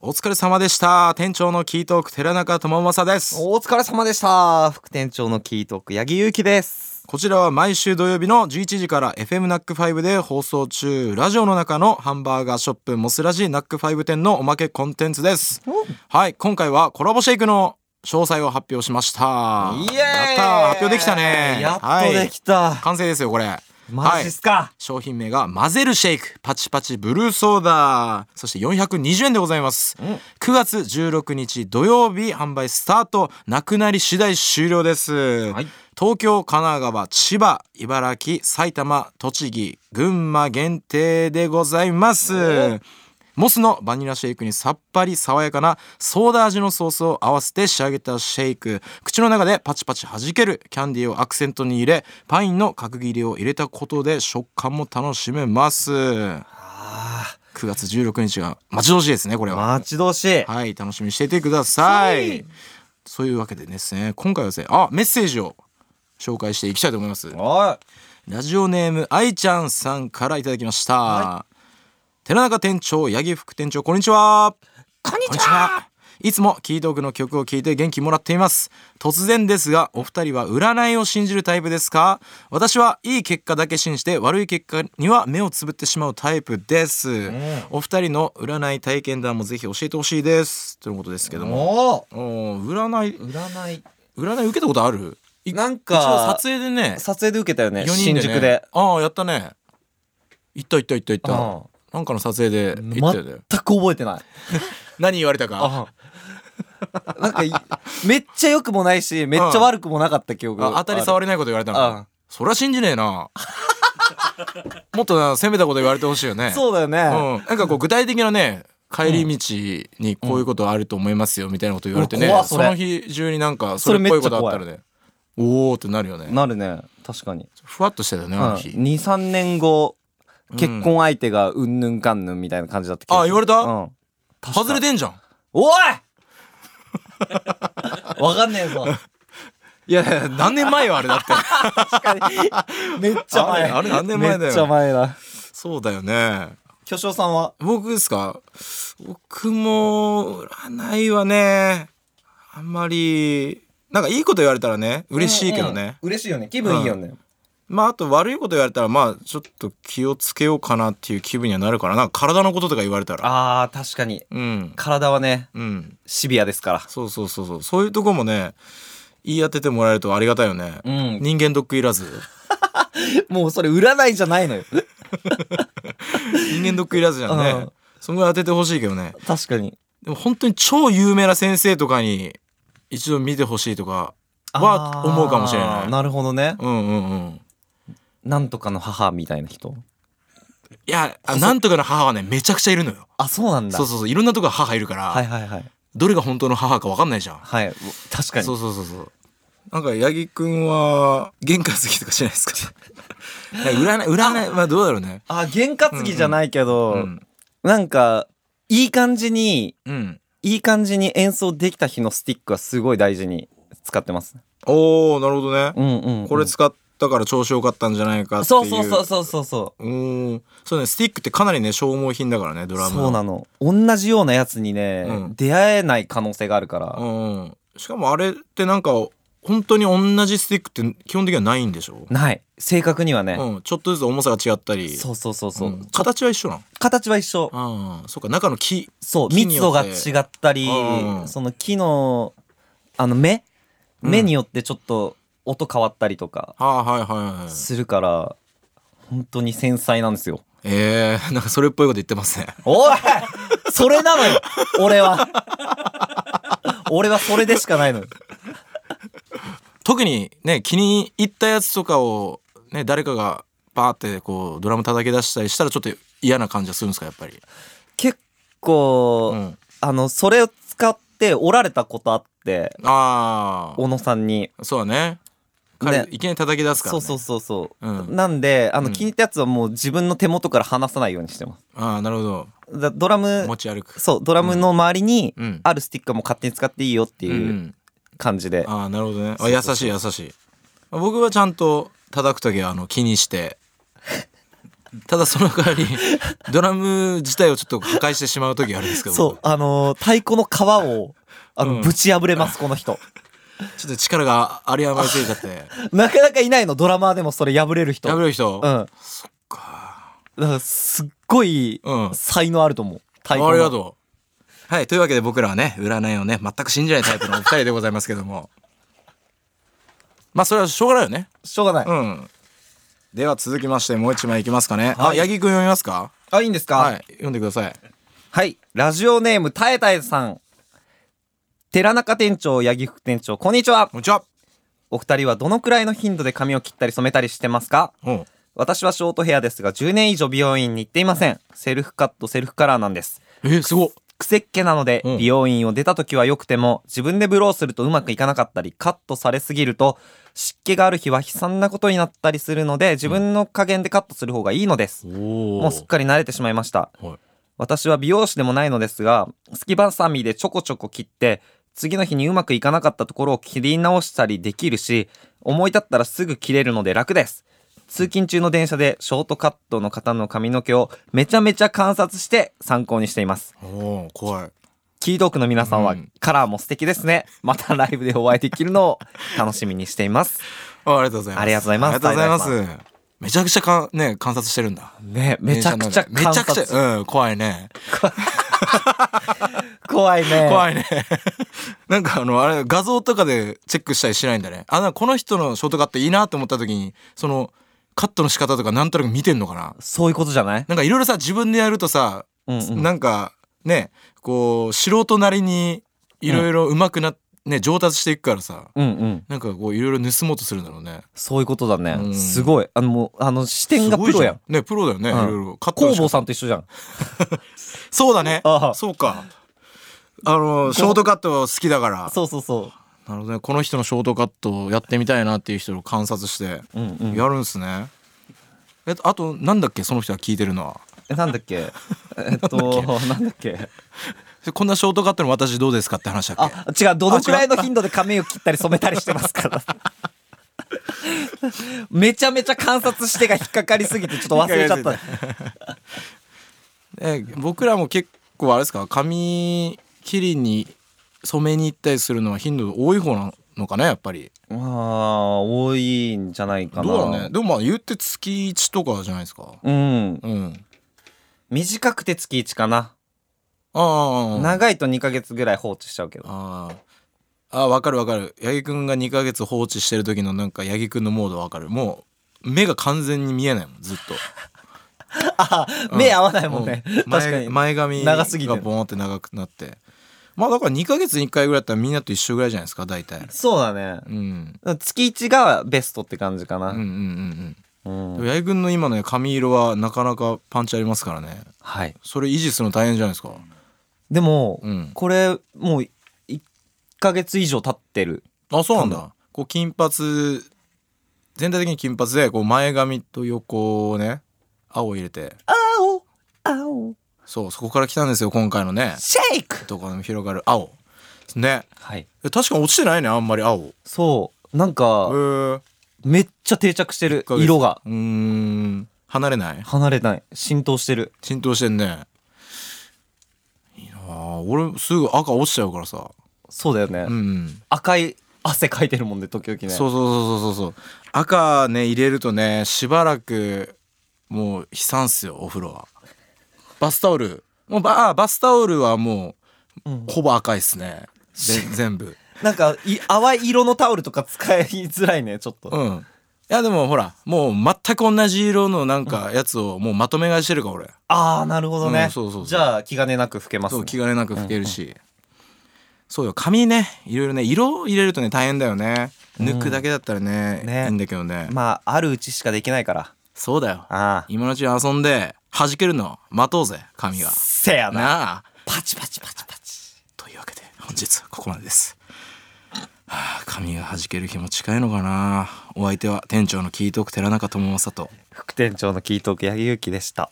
お疲れ様でした店長のキートーク寺中智正ですお疲れ様でした副店長のキートーク八木ゆうきですこちらは毎週土曜日の11時から FM ナック5で放送中ラジオの中のハンバーガーショップモスラジナック5店のおまけコンテンツですはい今回はコラボシェイクの詳細を発表しましたイエーイやったー発表できたねやっとできた、はい、完成ですよこれマジっすか、商品名が混ぜるシェイクパチパチブルーソーダそして420円でございます、うん9月16日土曜日販売スタートなくなり次第終了です、はい東京神奈川千葉茨城埼玉栃木群馬限定でございますモスのバニラシェイクにさっぱり爽やかなソーダ味のソースを合わせて仕上げたシェイク口の中でパチパチ弾けるキャンディーをアクセントに入れパインの角切りを入れたことで食感も楽しめます9あ月16日が待ち遠しいですねこれーは待ち遠しい、はい楽しみにしていてくださはいいそういうわけでですね今回はですねあメッセージを紹介していきたいと思いますはラジオネーム愛ちゃんさんからいただきました、は寺中店長八木副店長こんにちはこんにこんにちはいつもキートークの曲を聴いて元気もらっています突然ですがお二人は占いを信じるタイプですか私はいい結果だけ信じて悪い結果には目をつぶってしまうタイプです、んお二人の占い体験談もぜひ教えてほしいですということですけどももおー占いう占占い受けたことあるいなん一応か撮影でね撮影で受けたよね4人新宿でああやったね行った行った行った行った、うんなんかの撮影で全行ったよねく覚えてない何言われたか なんかいめっちゃ良くもないしめっちゃ悪くもなかった記憶あ当たり障れないこと言われたのあかそりゃ信じねえなもっとな攻めたこと言われてほしいよねそうだよね、うん、なんかこう具体的なね帰り道にこういうことあると思いますよみたいなこと言われてね、うんうわそ怖っのそ日中になんかそれっぽいことあったらねおおってなるよねなるね確かに、ふわっとしてたよねうあの日、 23年後うん結婚相手がうんぬんかんぬんみたいな感じだった気がするあ言われたうん、外れてんじゃん おいわかんねえぞいやいや何年前よあれだって確かにめっちゃ前あれあれ何年前だよめっちゃ前だ そうだよね巨匠さんは僕ですか僕も占いはねあんまりなんかいいこと言われたらね嬉しいけどね、うんうん嬉しいよね気分いいよね、まああと悪いこと言われたらまあちょっと気をつけようかなっていう気分にはなるからなんか体のこととか言われたらあー確かにうん体はねうんシビアですかそうそうそうそうそういうとこもね言い当ててもらえるとありがたいよね、らうん人間ドックいらずもうそれ占いじゃないのよ人間ドックいらずじゃんね、うんそんぐらい当ててほしいけどね確かにでも本当に超有名な先生とかに一度見てほしいとかはあー思うかもしれないなるほどねうんうんうんなんとかの母みたいな人いやあなんとかの母はねめちゃくちゃいるのよあそうなんだそうそうそういろんなとこ母いるから、はいはいはいどれが本当の母か分かんないじゃんはい確かにそうそうそうそうなんか八木くんは喧嘩好きとかしないですか なんか占い占いまあどうだろうねあ験担ぎじゃないけど、うんなんかいい感じにうんいい感じに演奏できた日のスティックはすごい大事に使ってますおおなるほどね、うんうん、これ使ったから調子良かったんじゃないかっていうそうそうそうそうそうそううーんそうねスティックってかなりね消耗品だからねドラムそうなのの同じようなやつにね、うん出会えない可能性があるから、うんしかもあれってなんか本当に同じスティックって基本的にはないんでしょ、ない正確にはね、うん、ちょっとずつ重さが違ったりそうそうそうそう、うん形は一緒なの形は一緒ああそうか中の木そう木に密よ度っがて違ったりうんその木のあの目うん目によってちょっと音変わったりとかああはいはいはいするから、本当に繊細なんですよえー、なんかそれっぽいこと言ってますねおい それなのよ俺は俺はそれでしかないのよ特にね気に入ったやつとかをね誰かがバーってこうドラム叩き出したりしたらちょっと嫌な感じがするんですかやっぱり、結構、うん、あのそれを使って折られたことあってあ小野さんに、あそうだね彼、ねいきなり叩き出すから、そね、うそうそうそう、うんなんであの、うん気に入ったやつはもう自分の手元から離さないようにしてますああなるほどだドラム持ち歩くそうドラムの周りにうんあるスティックはもう勝手に使っていいよってうんいううん感じで、ああなるほどねあそう優そうしそい優しい僕はちゃんと叩く時はあの気にして ただその代わりドラム自体をちょっと破壊してしまう時があるんですけどそう、あのー太鼓の皮を、あうの、んぶち破れます、この人。僕ちょっと力が有り余りすぎちゃ ってなかなかいないの、ドラマーでもそれ破れる人。破うん。れる人、だか、からすっごい、うん才能あると思う。太あ鼓りがの。とうはいというわけで僕らはね占いをね全く信じないタイプのお二人でございますけどもまあそれはしょうがないよねしょうがない。うんでは続きましてもう一枚いきますかね、はいあ八木くん読みますかあ、いいんですかはい読んでくださいはい。ラジオネーム、たえたえさん。寺中店長、八木副店長、こんにちは。こんにちはお二人はどのくらいの頻度で髪を切ったり染めたりしてますかうん私はショートヘアですが、10年以上美容院に行っていません。セルフカット、セルフカラーなんです。えすごっ癖っ気なので、うん美容院を出た時は良くても、自分でブローするとうまくいかなかったり、カットされすぎると、湿気がある日は悲惨なことになったりするので、自分の加減でカットする方がいいのです。おおもうすっかり慣れてしまいました。はい私は美容師でもないのですが、スキバサミでちょこちょこ切って、次の日にうまくいかなかったところを切り直したりできるし、思い立ったらすぐ切れるので楽です。通勤中の電車でショートカットの方の髪の毛をめちゃめちゃ観察して参考にしています。おお怖いキートークの皆さんはうんカラーも素敵ですね。またライブでお会いできるのを楽しみにしています。あありがとうございますありがとうございますありがとうございますめちゃくちゃかね観察してるんだねめちゃくちゃめち観ゃくち察。ゃうん怖いね怖いね。怖いね なんかあのあれ画像とかでチェックしたりしないんだねあなんかこの人のショートカットいいなと思った時にそのカットの仕方とかなんとなく見てんのかなそういうことじゃないなんかいろいろさ自分でやるとさ、うんうんなんかねこう素人なりにいろいろ上手くなっ、ね上達していくからさうんうん。なんかこういろいろ盗もうとするんだろうねそういうことだね。うんすごい。あの、もう、あの、視点すがごプいじロゃやん。ねプロだよね、うんいろいろカットの工仕方房さんと一緒じゃん。そうだねああそうかあのショートカット好きだからそうそうそなるほどねこの人のショートカットをやってみたいなっていう人を観察してう。うんうん。やるんすね、えあとなんだっけその人が聞いてるのはえなんだっけえっと、なんだっけでこんなショートカットの私どうですかって話だっけあ、違う。どのくらいの頻度で髪を切ったり染めたりしてます から。めちゃめちゃ観察してが引っかかりすぎてちょっと忘れちゃっ引っかかたり。え僕らも結構あれですか髪切りに染めに行ったりするのは頻度多い方なのかねやっぱりまあ、多いんじゃないかどな。うだろうねでもまあ言って月1とかじゃないですかうん。うん短くて月1かな。ああ長いと2ヶ月ぐらい放置しちゃうけど。あーあーわかるわかる八木くんが2ヶ月放置してる時のなんか八木くんのモードわかるもう目が完全に見えないもんずっ あ、と目合わ ないもんね。う確かに。前前髪長すぎてがボーンって長くなってまあだから2ヶ月に1回ぐらいだったらみんなと一緒ぐらいじゃないですか大体そうだね。うん月1がベストって感じかうんうんうな。んうんうんでも八木くんの今のね髪色はなかなかパンチありますからねはい。それ維持するの大変じゃないですかでも、うんこれ、もう、1ヶ月以上経ってる。あそうなんかだこう金髪全体的に金髪でこう前髪と横をね青を入れて青青そうそこから来たんですよ今回のねシェイクとこの広がる青ねはい。え確かに落ちてないねあんまり青へそう。なんえか、うめっちゃ定着してるヶ。月色が。ーん離れない離れない。浸透してる。浸透してんねいいなあ俺すぐ赤落ちちゃうからさそうだよね。うん、赤い汗かいてるもんで、時々ね。そうそうそうそうそうそう赤ね入れるとねしばらくもう悲惨っすよお風呂はバスタオルもうバあバスタオルはもう、うんほぼ赤いっすねぜ全部なんか、い淡い色のタオルとか使いづらいね、ちょっと。うんいやでもほらもう全く同じ色のなんかやつをもうまとめ買いしてるから俺ああ、なるほどね。うんそうそうそうじゃあ、気兼ねなく吹けます、そね。う気兼ねなく拭けるし、そうよ髪ねいろいろね色入れるとね大変だよね抜くだけだったらね,、ねいいんだけどねまあ、あるうちしかできないから。そうだよああ。今のうちに遊んで弾けるの待とうぜ髪がせやな。なあパチパチパチパチ。というわけで本日はここまでですはあ髪が弾ける日も近いのかなお相手は店長のキートーク寺中智正と副店長のキートーク八木ゆきでした。